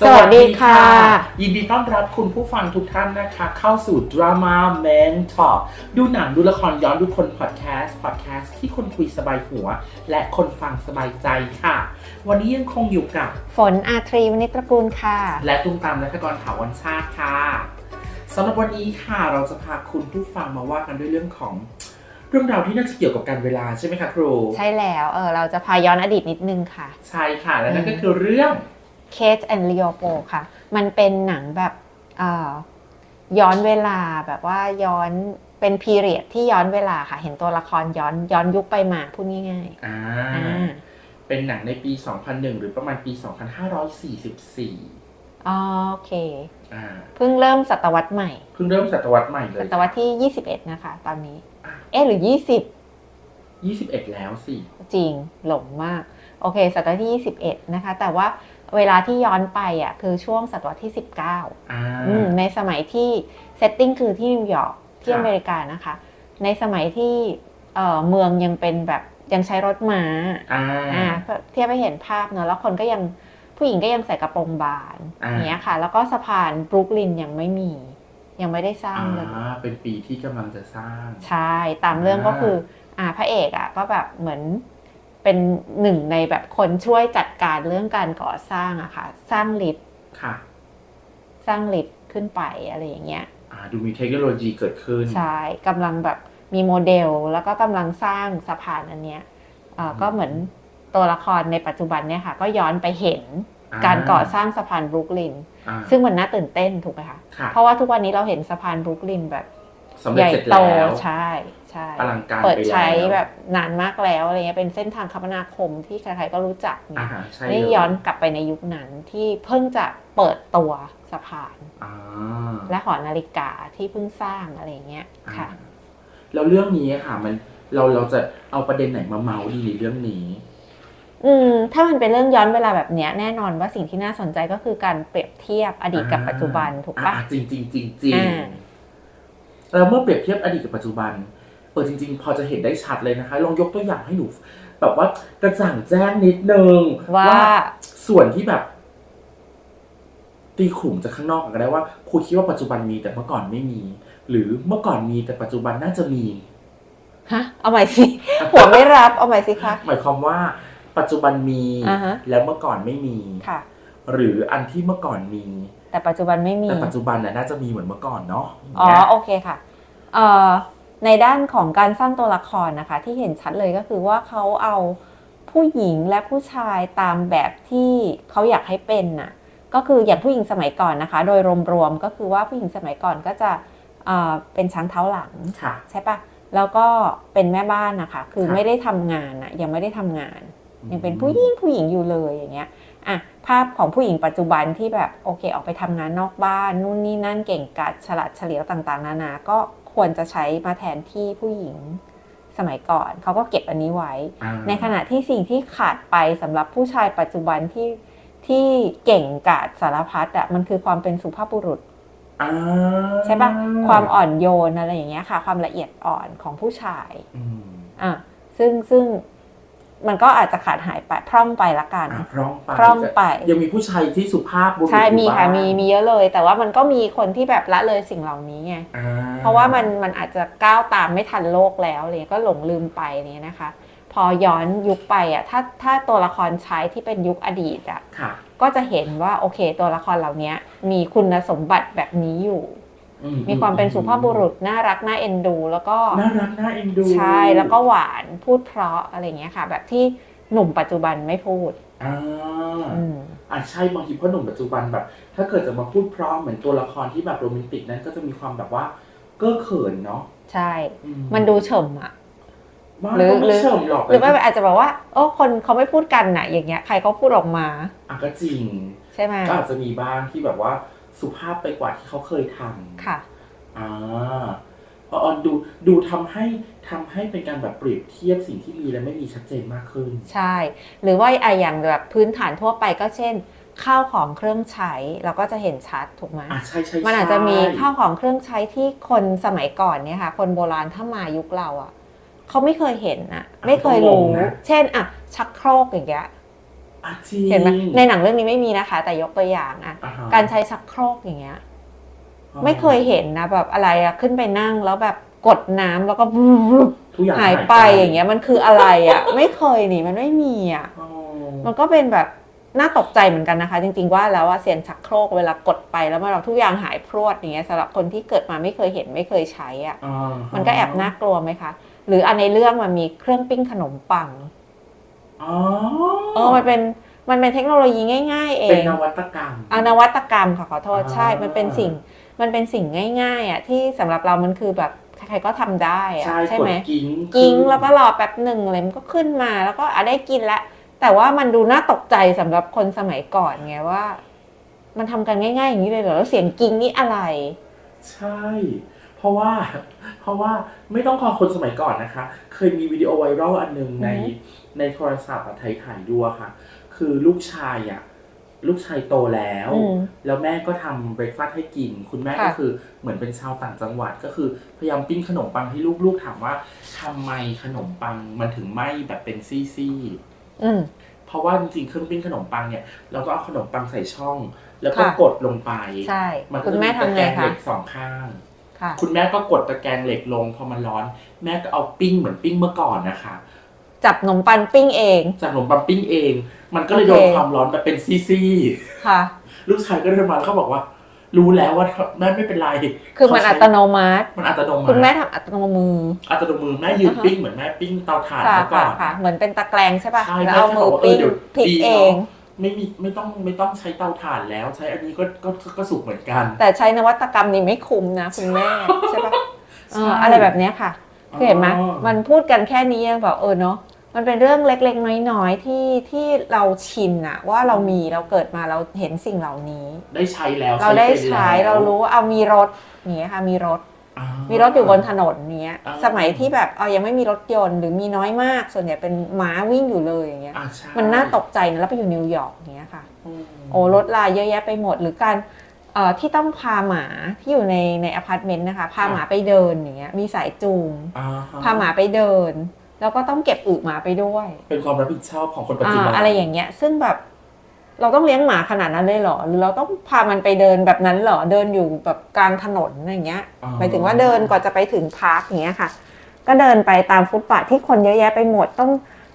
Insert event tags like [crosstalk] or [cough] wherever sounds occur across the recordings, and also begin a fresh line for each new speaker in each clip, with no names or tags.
สวัสดีค่ะ
ยินดีต้อนรับคุณผู้ฟังทุกท่านนะคะ เข้าสู่ Drama Mentor ดูหนังดูละครย้อนดูคนพอดแคสต์พอดแคสต์ที่คนคุยสบายหัว และคนฟังสบายใจค่ะ วันนี้ยังคงอยู่กับ
ฝนอาทรีวณิชตระกูลค่ะ
และตุ้มตามและทกรถาวรชาติค่ะสำหรับวันนี้ค่ะเราจะพาคุณผู้ฟังมาว่ากันด้วยเรื่องของ เรื่องราวที่น่าจะเกี่ยวกับการเวลาใช่ไหมคะครู
ใช่แล้วเออเราจะพาย้อนอดีตนิดนึงค่ะ
ใช่ค่ะ และนั่นก็คือเรื่อง
Kate and Leopo ค่ะ มันเป็นหนังแบบเอ่อย้อนเวลาแบบว่าย้อนเป็นพีเรียดที่ย้อนเวลาค่ะ เห็นตัวละครย้อนย้อนยุคไปมาพูดง่าย
อ่า
ๆอ่า
เป็นหนังในปี 2001 หรือประมาณปี 2544
อ๋อโอเค
อ่า
เพิ่งเริ่มศตวรรษใหม่
เพิ่งเริ่มศตวรรษใหม่เล
ศ
ย
ตวรรษที่ 21 นะคะ ตอนนี้
อ่ะ
เอ๊ะหรือ 20
21 แล้วสิ
จริงหลงมาก โอเคศตวรรษที่ 21 นะคะ แต่ว่าเวลาที่ย้อนไปอ่ะคือช่วงศตวรรษที่ 19
อ่า
อืมในสมัยที่เซตติ้งคือที่นิวยอร์กที่
ค่ะ
อเมริกานะคะ ในสมัยที่เอ่อเมืองยังเป็นแบบยังใช้รถม้า
อ่า
อ่าเพื่อเทียบให้เห็นภาพเนอะแล้วคนก็ยังผู้หญิงก็ยังใส่กระโปรงบาน
อ่า
อย่างเงี้ยค่ะ แล้วก็สะพานบรุกลินยังไม่มี ยังไม่ได้สร้าง
อ่า
เลย
เป็นปีที่กำลังจะสร้าง
ใช่ ตามเรื่องก็คืออ่าพระเอกอ่ะก็แบบเหมือนเป็นหนึ่งในแบบคนช่วยจัดการเรื่องการก่อสร้างอะค่ะ สร้างลิฟต์
ค่ะ
สร้างลิฟต์ขึ้นไปอะไรอย่างเงี้ย
อ่า ดูมีเทคโนโลยีเกิดขึ้น
ใช่กำลังแบบมีโมเดลแล้วก็กำลังสร้างสะพานอันเนี้ยเอ่อก็เหมือนตัวละครในปัจจุบันเนี่ยค่ะ ก็ย้อนไปเห็นการก่อสร้างสะพานบรุกลิน
อ่า
ซึ่งมันน่าตื่นเต้นถูกไหมคะ
ค่ะ
เพราะว่าทุกวันนี้เราเห็นสะพานบรุกลินแบบ
สำ
ให
เร็จ
ญ่
เสร็จ
โต
แล้ว
ใช่ใช่
อลังการ
เปิด
ไปแล้ว
ใช้แบบนานมากแล้วอะไรเงี้ยเป็นเส้นทางคมนาคมที่ใครๆก็รู้จัก
อ่า
เนี่ย
ใช่
นี่
เลย
ย้อนกลับไปในยุคนั้นที่เพิ่งจะเปิดตัวสะพาน
อ่า
และหอนาฬิกาที่เพิ่งสร้างอะไรเงี้ย
อ่า
ค่ะ
แล้วเรื่องนี้ค่ะ มัน เรา เราจะเอาประเด็นไหนมาเมาส์ดีในเรื่องนี้
อืมถ้ามันเป็นเรื่องย้อนเวลาแบบเนี้ยแน่นอนว่าสิ่งที่น่าสนใจก็คือการเปรียบเทียบอดีตกับปัจจุบันถูกปะ
อ่าจริงจริงจริงจริง
อ่า
เราเมื่อเปรียบเทียบอดีตกับปัจจุบันเออจริง ๆ พอจะเห็นได้ชัดเลยนะคะ ลองยกตัวอย่างให้หนู แบบว่ากระจ่างแจ้งนิดนึง
ว่า
ส่วนที่แบบ ตีขลุ่มจากข้างนอกก็ได้ว่าครูคิดว่าปัจจุบันมีแต่เมื่อก่อนไม่มี หรือเมื่อก่อนมีแต่ปัจจุบันน่าจะมี
ฮะ เอาใหม่สิ [laughs] หัวไม่รับเอาใหม่สิคะ
หมายความว่า ปัจจุบันมี
อ่าฮะ
แล้วเมื่อก่อนไม่มี
ค่ะ
หรืออันที่เมื่อก่อนมี
แต่ปัจจุบันไม่มี
แต่ปัจจุบันน่ะน่าจะมีเหมือนเมื่อก่อนเนาะย่าง
อ๋อ
เงี้ย
โอเคค่ะเอ่อในด้านของการสร้างตัวละครนะคะ ที่เห็นชัดเลยก็คือว่าเขาเอาผู้หญิงและผู้ชายตามแบบที่เขาอยากให้เป็นน่ะก็คืออย่างผู้หญิงสมัยก่อนนะคะ โดยรวมๆก็คือว่าผู้หญิงสมัยก่อนก็จะเอ่อเป็นช้างเท้าหลัง
ค่ะ
ใช่ปะแล้วก็เป็นแม่บ้านนะคะ คือ
ค่ะ
ไม่ได้ทำงานน่ะยังไม่ได้ทำงาน ยังเป็นผู้หญิงผู้หญิงอยู่เลยอย่างเงี้ย อ่ะภาพของผู้หญิงปัจจุบันที่แบบโอเค ออกไปทำงานนอกบ้าน นู่นนี่นั่นเก่งกาจฉลาดเฉลียวต่างๆ นานา ก็ควรจะใช้มาแทนที่ผู้หญิงสมัยก่อนเขาก็เก็บอันนี้ไว้
อ่า
ในขณะที่สิ่งที่ขาดไปสำหรับผู้ชายปัจจุบันที่ที่เก่งกาจสารพัดอะมันคือความเป็นสุภาพบุรุษ
อ่า
ใช่ปะความอ่อนโยนอะไรอย่างเงี้ยค่ะ ความละเอียดอ่อนของผู้ชาย
อืม
อ่ะซึ่งซึ่งมันก็อาจจะขาดหายไปพร่องไปละกัน
อ่ะพร่องไป
พร่องไป
จะยังมีผู้ชายที่สุภาพบุรุษ
ใช่มี
อยู่
ค่ะ
บ้าง
มีมีเยอะเลย แต่ว่ามันก็มีคนที่แบบละเลยสิ่งเหล่านี้ไง
อ่
เพราะว่ามันมันอาจจะก้าวตามไม่ทันโลกแล้วอะไรเลยก็หลงลืมไปเนี่ยนะคะ พอย้อนยุคไปอ่ะถ้าถ้าตัวละครใช้ที่เป็นยุคอดีตอ่ะ
ค่ะ
ก็จะเห็นว่าโอเคตัวละครเหล่านี้มีคุณสมบัติแบบนี้อยู่
อื
มีความเป็นสุภาพบุรุษน่ารักน่าเอ็นดู แล้วก็
น่ารักน่าเอ็นดู
ใช่แล้วก็หวานพูดเพราะอะไรอย่างเงี้ยค่ะ แบบที่หนุ่มปัจจุบันไม่พูด
อ่า
อืม
อ่ะใช่บางทีพ่อหนุ่มปัจจุบันแบบ ถ้าเกิดจะมาพูดพร้อมเหมือนตัวละครที่แบบโรแมนติกนั้นก็จะมีความแบบว่า เก้อเขินเนาะ
ใช่
อื
มันดูเฉมอ่ะ
ว่า
หรือ
ก็ไม่
หรือ
เชิงหรอก
หรือไม่อาจจะบอกว่าโอ้คนเขาไม่พูดกันน่ะ อย่างเงี้ยใครก็พูดออกมา
อ่ะก็จริง
ใช่ไหม
ก็อาจจะมีบ้างที่แบบว่าสุภาพไปกว่าที่เขาเคยทำ
ค่ะ
อ่าออนดูดูทำให้ทำให้เป็นการแบบเปรียบเทียบสิ่งที่มีและไม่มีชัดเจนมากขึ้น
ใช่ หรือว่าไอะอย่างแบบพื้นฐานทั่วไปก็เช่น ข้าวของเครื่องใช้เราก็จะเห็นชัดถูกไหม
อ่าใช่ใช่
มันอาจ
ใช่
จะมีข้าวของเครื่องใช้ที่คนสมัยก่อนเนี่ยค่ะ คนโบราณถ้ามายุคเราอ่ะเขาไม่เคยเห็นอ่ะ ไม่เคยรู้ เช่นอ่ะชักโครกอย่างเงี้ย
อ่ะจริง
เห็นไหมในหนังเรื่องนี้ไม่มีนะคะ แต่ยกตัวอย่างอะ
อ่าฮะ
การใช้ชักโครกอย่างเงี้ย ไม่เคยเห็นนะแบบอะไรอะขึ้นไปนั่งแล้วแบบกดน้ำแล้วก็
ทุกอาง
หายไปอย่างเงี้ยมันคืออะไรอะไม่เคยนี่มันไม่มีอะ
อ๋อ
มันก็เป็นแบบน่าตกใจเหมือนกันนะคะ จริงๆว่าแล้วว่าเสียนชักโครกเวลากดไปแล้วมันเราทุกอย่างหายพรวดอย่างเงี้ยสำหรับคนที่เกิดมาไม่เคยเห็นไม่เคยใช้อะ่ะ
อ่าฮะ
มันก็แอบน่ากลัวไหมคะ หรืออันในเรื่องมันมีเครื่องปิ้งขนมปัง
อ๋อ
เออมันเป็นมันเป็นเทคโนโลยีง่าย ๆ เอ
เป็น
ง
นวัตกรรม
อะนวัตกรรมค่ะขอโทษใช่
อ่ามั
มันเป็นสิ่งมันเป็นสิ่งง่ายๆอ่ะที่สำหรับเรามันคือแบบใครๆก็ทำได้อ่ะ
ใช่ก
ไห
ด
ม
กิ้ง
กิ้งแล้วก็รอแป๊บหนึ่งเลยมันก็ขึ้นมาแล้วก็อะได้กินแล้วแต่ว่ามันดูน่าตกใจสำหรับคนสมัยก่อนไงว่า มันทำกันง่าย ๆ อย่างนี้เลยเหรอแล้วเสียงกิ้งนี่อะไร
ใช่ เพราะ [laughs] ว่า เพราะว่าไม่ต้องคอคนสมัยก่อนนะคะ เคยมีวิดีโอไวรัลอันหนึ่งใน
อือฮึ
ในโทรศัพท์อะถ่ายถ่ายดูอะค่ะ คือลูกชายอะลูกชายโตแล้ว
อืม
แล้วแม่ก็ทำเบรกฟาสต์ให้กิน คุณแม่ก็
ค่ะ
คือเหมือนเป็นชาวต่างจังหวัดก็คือพยายามปิ้งขนมปังให้ลูกลูกถามว่าทำไมขนมปังมันถึงไหม้แบบเป็นซี่
อืม
ๆเพราะว่าจริงๆเครื่องปิ้งขนมปังเนี่ยเราก็เอาขนมปังใส่ช่อง แล้วก็
ค่ะ
กดลงไป
ใช่
มันก็
คุณ
จะ
แม่
มีตะ
ทำ
แกรงเห
ไงคะ
ล็กสองข้าง
ค่ะ
คุณแม่ก็กดตะแกรงเหล็กลงพอมันร้อน แม่ก็เอาปิ้งเหมือนปิ้งเมื่อก่อนนะคะ
จับขนมปังปิ้งเอง
จากขนมปังปิ้งเอง มันก็เลยโดน
โอเค
ความร้อนแบบเป็นซี่
ค่ะ
ๆลูกชายก็เดินมาแล้วเขาบอกว่า รู้แล้วว่าแม่ไม่เป็นไร
คือมันอัตโนมัติ
มันอัตโนมั
คุณแม่
ติ
ทำอัตโนมือ
อัตโนมือแม่ยืนปิ้งเหมือนแม่ปิ้งเตาถ่าน
ค่ะ
เมื่อก่
ค่ะ
อน
ค่ะเหมือนเป็นตะแกรงใช่ป่ะ
ใช่
แล้ว
แม่
เอา
ก็
มือ
บอกว่าเออ
ปิ้ง
เดี๋ยว
พลิก
ดีเนอะ
เอง
ไม่มีไม่ต้องไม่ต้องใช้เตาถ่านแล้ว ใช้อันนี้ก็ก็ก็ก็สุกเหมือนกัน
แต่ใช้นวัตกรรมนี้ไม่คุ้มนะ คุณแม่ใช่ป่ะเออ
ใช่
อะไรแบบเนี้ยค่ะ คือเห็นไหมมันพูดกันแค่นี้ยังแบบเออเนาะมันเป็นเรื่องเล็กๆ น้อยๆที่ที่เราชินอะว่าเรามีเราเกิดมาเราเห็นสิ่งเหล่านี้
ได้ใช้แล้ว
เราได้
เป็น
ใช้
แล้ว
เรารู้ว่าเอามีรถอย่างเนี้ยค่ะมีรถ
อ่า
มีรถอยู่บนถนนเนี้ย
อ่า
สมัยที่แบบเออยังไม่มีรถยนต์หรือมีน้อยมาก ส่วนใหญ่เป็นม้าวิ่งอยู่เลยอย่างเงี้ย
อ่าใช่
มันน่าตกใจนะแล้วไปอยู่นิวยอร์กอย่างเนี้ยค่ะ
อืม
โอ้รถลายเยอะแยะไปหมด หรือการเอ่อที่ต้องพาหมาที่อยู่ในในอพาร์ตเมนต์นะคะพาหมาไปเดินอย่างเงี้ยมีสายจูง
อ่ฮะ
พาหมาไปเดิน แล้วก็ต้องเก็บอึหมาไปด้วย
เป็นความรับผิดชอบของคนปัจ
อา
จุบัน
อะไรอย่างเงี้ย ซึ่งแบบเราต้องเลี้ยงหมาขนาดนั้นเลยเหรอ หรือเราต้องพามันไปเดินแบบนั้นเหรอ เดินอยู่แบบกลางถนนอย่างเงี้ย
อ่
หมายถึงว่าเดินกว่อนจะไปถึงพาร์คอย่างเงี้ยค่ะ ก็เดินไปตามฟุตบาทที่คนเยอะแยะไปหมด ต้อง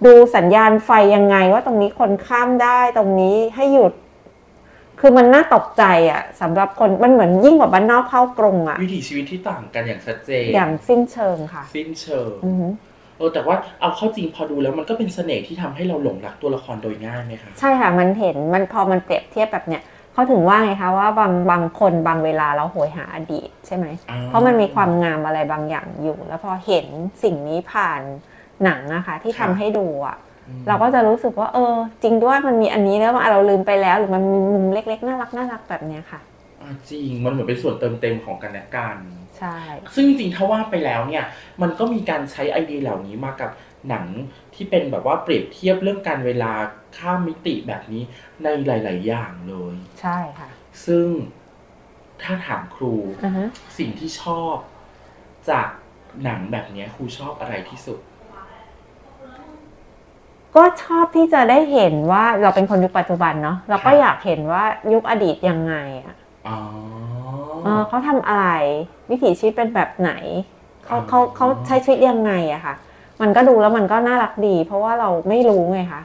ดูสัญญาณไฟยังไง ว่าตรงนี้คนข้ามได้ตรงนี้ให้หยุด คือมันน่าตกใจอะสำหรับคนมันเหมือนยิ่งกว่าบ้านนอกเข้ากรงอะ
วิถีชีวิตที่ต่างกันอย่างชัดเจน
อย่างสิ้นเชิงค่ะ
สิ้นเชิง
อือฮึ
เออแต่ว่าเอาเข้าจริงพอดูแล้วมันก็เป็นเสน่ห์ที่ทำให้เราหลงรักตัวละครโดยง่ายไหมคะ
ใช่ค่ะ มันเห็น มันพอมันเปรียบเทียบแบบเนี้ยเขาถึงว่าไงคะว่าบางบางคนบางเวลาเราโหยหาอดีตใช่ไหม
อ่
เพราะมันมีความงามอะไรบางอย่างอยู่ แล้วพอเห็นสิ่งนี้ผ่านหนังนะคะ ที่ทำให้ดูอะ
อืม
เราก็จะรู้สึกว่า เออ จริงด้วยมันมีอันนี้แล้วว่าเราลืมไปแล้ว หรือมันมีมุมเล็กๆ น่ารักน่ารักแบบเนี้ยค่ะ
อ่าจริงมันเหมือนเป็นส่วนเติมเต็มของกันและกัน
ใช่
ซึ่งจริงๆถ้าว่าไปแล้วเนี่ย มันก็มีการใช้ไอเดียเหล่านี้มากับหนังที่เป็นแบบว่าเปรียบเทียบเรื่องการเวลาข้ามมิติแบบนี้ในหลาย ๆ อย่างเลย
ใช่ค่ะ
ซึ่งถ้าถามครู
อือฮึ
สิ่งที่ชอบจากหนังแบบเนี้ยครูชอบอะไรที่สุด
ก็ชอบที่จะได้เห็นว่าเราเป็นคนยุคปัจจุบันเนาะเราก็
ครับ
อยากเห็นว่ายุคอดีตยังไงอะ
อ๋อ
เออเขาทำอะไรวิถีชีวิตเป็นแบบไหนเขาเขา
อ๋อ
เขาใช้ชีวิตยังไงอะค่ะ มันก็ดูแล้วมันก็น่ารักดี เพราะว่าเราไม่รู้ไงคะ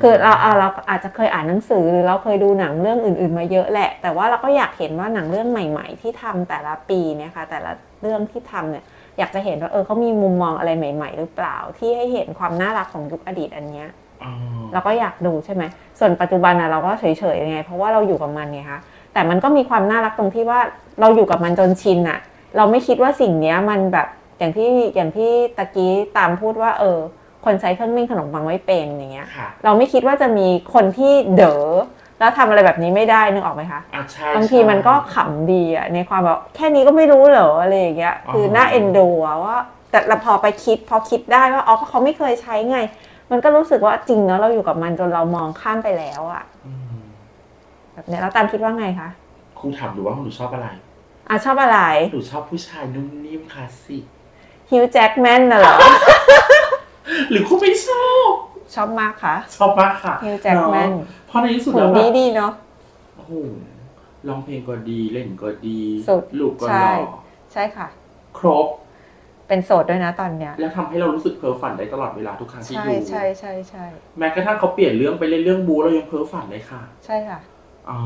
คือเราเอาเราอาจจะเคยอ่านหนังสือหรือเราเคยดูหนังเรื่องอื่น ๆ มาเยอะแหละ แต่ว่าเราก็อยากเห็นว่าหนังเรื่องใหม่ ๆ ที่ทำแต่ละปีเนี่ยค่ะ แต่ละเรื่องที่ทำเนี่ยอยากจะเห็นว่าเออเขามีมุมมองอะไรใหม่ ๆ หรือเปล่า ที่ให้เห็นความน่ารักของยุคอดีตอันเนี้ย
อ๋อ
เราก็อยากดูใช่ไหม ส่วนปัจจุบันนะเราก็เฉยๆไง เพราะว่าเราอยู่กับมันไงคะ แต่มันก็มีความน่ารักตรงที่ว่าเราอยู่กับมันจนชินอะเราไม่คิดว่าสิ่งเนี้ยมันแบบอย่างที่อย่างที่ตะกี้ตามพูดว่า เออ คนใช้เครื่องนึ่งขนมปังไม่เป็นอย่างเงี้ย
ค่ะ
เราไม่คิดว่าจะมีคนที่เด๋อแล้วทำอะไรแบบนี้ไม่ได้นึกออกไหมคะ
อ่ะใช่
บางที
ใช่
มันก็ขำดีอะในความแบบแค่นี้ก็ไม่รู้เหรออะไรอย่างเงี้ย
อ๋อ
คือน่าเอ็นดูอะว่า แต่เราพอไปคิดพอคิดได้ว่าอ๋อเพราะเขาไม่เคยใช้ไง มันก็รู้สึกว่าจริงเนาะเราอยู่กับมันจนเรามองข้ามไปแล้วอะ
อืม
แบบเนี้ยแล้วตามคิดว่าไงคะ
ครูถามดูว่าหนูชอบอะไร
อ่ะชอบอะไร
หนูชอบผู้ชายนุ่มนิ่มคลาสสิก
ฮิวแจ็กแมนน่ะเหรอ
หรือครูไม่ชอบ
ชอบมากค่ะ
ชอบมากค่ะ
ฮิวแจ็คแมน
เอะเพราะในที่สุด
หุ่
แล้
น
วแบ
ดี
บ
ดีๆเนาะ
โอ้โหร้องเพลงก็ดีเล่นก็ดี
สุด
ลูกก็ห
ใช่
ล่อ
ใช่ค่ะ
ครบ
เป็นโสดด้วยนะตอนเนี้ย
แล้วทำให้เรารู้สึกเพ้อฝันได้ตลอดเวลาทุกครั้งที่
ใช่
ดู
ใช่ใช่ใช่
แม้กระทั่งเขาเปลี่ยนเรื่องไปเล่นเรื่องบูเรายังเพ้อฝันเลยค่ะ
ใช่ค่ะ
อ๋อ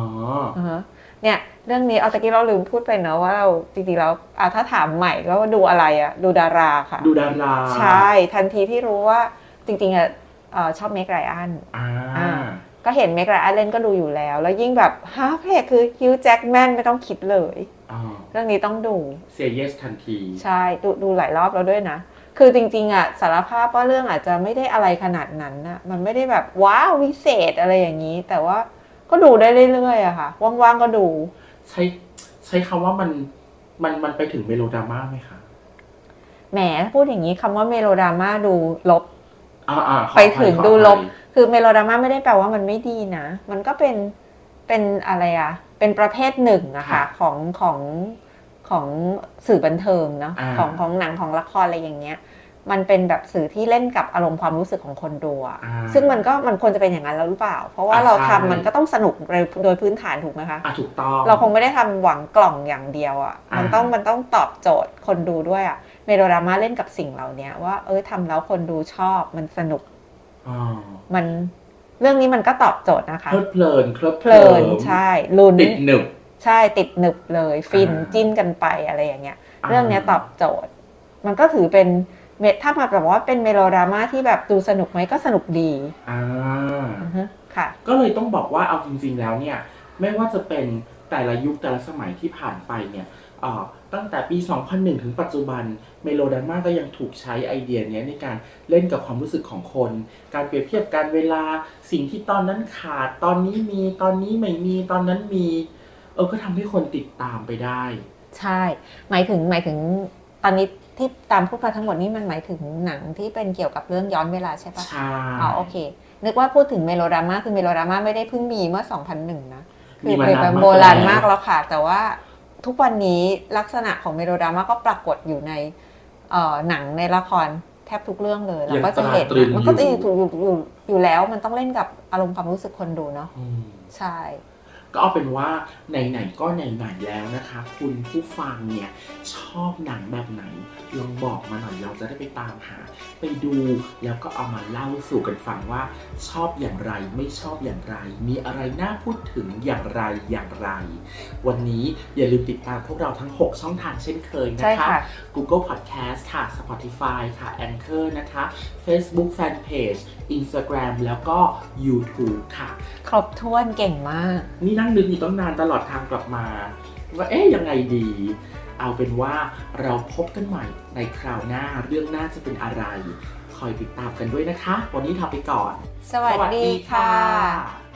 อือฮะเนี่ย เรื่องนี้เอาตะกี้เราลืมพูดไปเนาะว่าเราจริงๆแล้วอ่ะถ้าถามใหม่ก็ว่าดูอะไรอะดูดาราค่ะ
ดูดารา
ใช่ทันทีที่รู้ว่าจริงๆอะเอ่อชอบเมกไรอัน
อ่า
อ่า ก็เห็นเมกไรอันเล่นก็ดูอยู่แล้ว แล้วยิ่งแบบฮาเพลงคือฮิวแจ็คแมนไม่ต้องคิดเลย
อ๋อ
เรื่องนี้ต้องดู
เซเยสทันที
ใช่ดูดูหลายรอบแล้วด้วยนะ คือจริงๆอ่ะสารภาพว่าเรื่องอาจจะไม่ได้อะไรขนาดนั้นนะมันไม่ได้แบบว้าววิเศษอะไรอย่างนี้ แต่ว่าก็ดูได้เรื่อยๆอะค่ะ ว่างๆก็ดู
ใช้ใช้คำว่ามันมันมันไปถึงเมโลดราม่าไหมคะ
แหมพูดอย่างนี้คำว่าเมโลดราม่าดูลบ
อ่าอ่าขอ
ไป
อภัย
ถึง
ขออภัย
ดูลบ คือเมโลดราม่าไม่ได้แปลว่ามันไม่ดีนะ มันก็เป็นเป็นอะไรอะเป็นประเภทหนึ่งอะค่ะของของของสื่อบันเทิงเนาะ
า
ของของหนังของละครอะไรอย่างเงี้ย มันเป็นแบบสื่อที่เล่นกับอารมณ์ความรู้สึกของคนดูอะ
อ่า
ซึ่งมันก็มันควรจะเป็นอย่างนั้นแล้วหรือเปล่า เพราะว่า
อ่ะ
เรา
ใช่
ทำมันก็ต้องสนุกโดยโดยพื้นฐานถูกไหมคะ
อ่ะถูกต้อง
เราคงไม่ได้ทำหวังกล่องอย่างเดียวอะ่ะ มันต้อง
อ่ามั
มันต้องตอบโจทย์คนดูด้วยอะ่ะ เมโดราม่าเล่นกับสิ่งเหล่านี้ว่าเออทำแล้วคนดูชอบมันสนุก
อ๋อ
มันเรื่องนี้มันก็ตอบโจทย์นะ
เพ
คะ
ลิดเพลินเคลิบ
เพลิ
ค
น
ลิ้ม
ใช่ลุ้น
ติดหนึบ
ใช่ติดหนึบเลยฟิน
อ่า
จิ้นกันไปอะไรอย่างเงี้ย
า
เรื่องเนี้ยตอบโจทย์ มันก็ถือเป็นเมถ้ามาแบบว่าเป็นเมโลดราม่าที่แบบดูสนุกไหมก็สนุกดี
อ่า
อือฮึค่ะ
ก็เลยต้องบอกว่าเอาจริงๆแล้วเนี่ย ไม่ว่าจะเป็นแต่ละยุคแต่ละสมัยที่ผ่านไปเนี่ยเอ่อตั้งแต่ปี 2001 ถึงปัจจุบันเมโลดราม่าก็ยังถูกใช้ไอเดียเนี้ยในการเล่นกับความรู้สึกของคน การเปรียบเทียบการเวลาสิ่งที่ตอนนั้นขาด ตอนนี้มีตอนนี้ไม่มีตอนนั้นมี เออก็ทำให้คนติดตามไปได้
ใช่ หมายถึงหมายถึงตอนนี้ที่ตามพูดมาทั้งหมดนี่มันหมายถึงหนังที่เป็นเกี่ยวกับเรื่องย้อนเวลาใช่ปะ
ใช่
อ๋อโอเค นึกว่าพูดถึงเมโลดราม่าคือเมโลดราม่าไม่ได้เพิ่งมีเมื่อ 2001 นะคือเป็นแบบโบราณมาก
แล้ว
แล้วค่ะ แต่ว่าทุกวันนี้ลักษณะของเมโลดราม่าก็ปรากฏอยู่ในเอ่อหนังในละครแทบทุกเรื่องเลยเราก็จะเห็นนะมันก็จะอยู่อยู่อยู่อยู่แล้วมันต้องเล่นกับอารมณ์ความรู้สึกคนดูเนาะ
อืม
ใช่
ก็เอาเป็นว่าไหนๆก็ไหนๆแล้วนะคะ คุณผู้ฟังเนี่ยชอบหนังแบบไหนลองบอกมาหน่อยเราจะได้ไปตามหา ไปดูแล้วก็เอามาเล่าสู่กันฟังว่า ชอบอย่างไรไม่ชอบอย่างไร มีอะไรน่าพูดถึงอย่างไรอย่างไร วันนี้อย่าลืมติดตามพวกเราทั้ง 6 ช่องทางเช่นเคยนะ
ใช่
คะ
ค่ะ
Google Podcast ค่ะ Spotify ค่ะ Anchor นะคะ Facebook Fanpage Instagram แล้วก็ YouTube ค่ะ
ครบถ้วนเก่งมาก
นี่นั่งนึกอยู่ตั้งนานตลอดทางกลับมาว่าเอ๊ะยังไงดี เอาเป็นว่าเราพบกันใหม่ในคราวหน้าเรื่องหน้าจะเป็นอะไร คอยติดตามกันด้วยนะคะ วันนี้ลาไปก่อน
สวัสดีค่ะ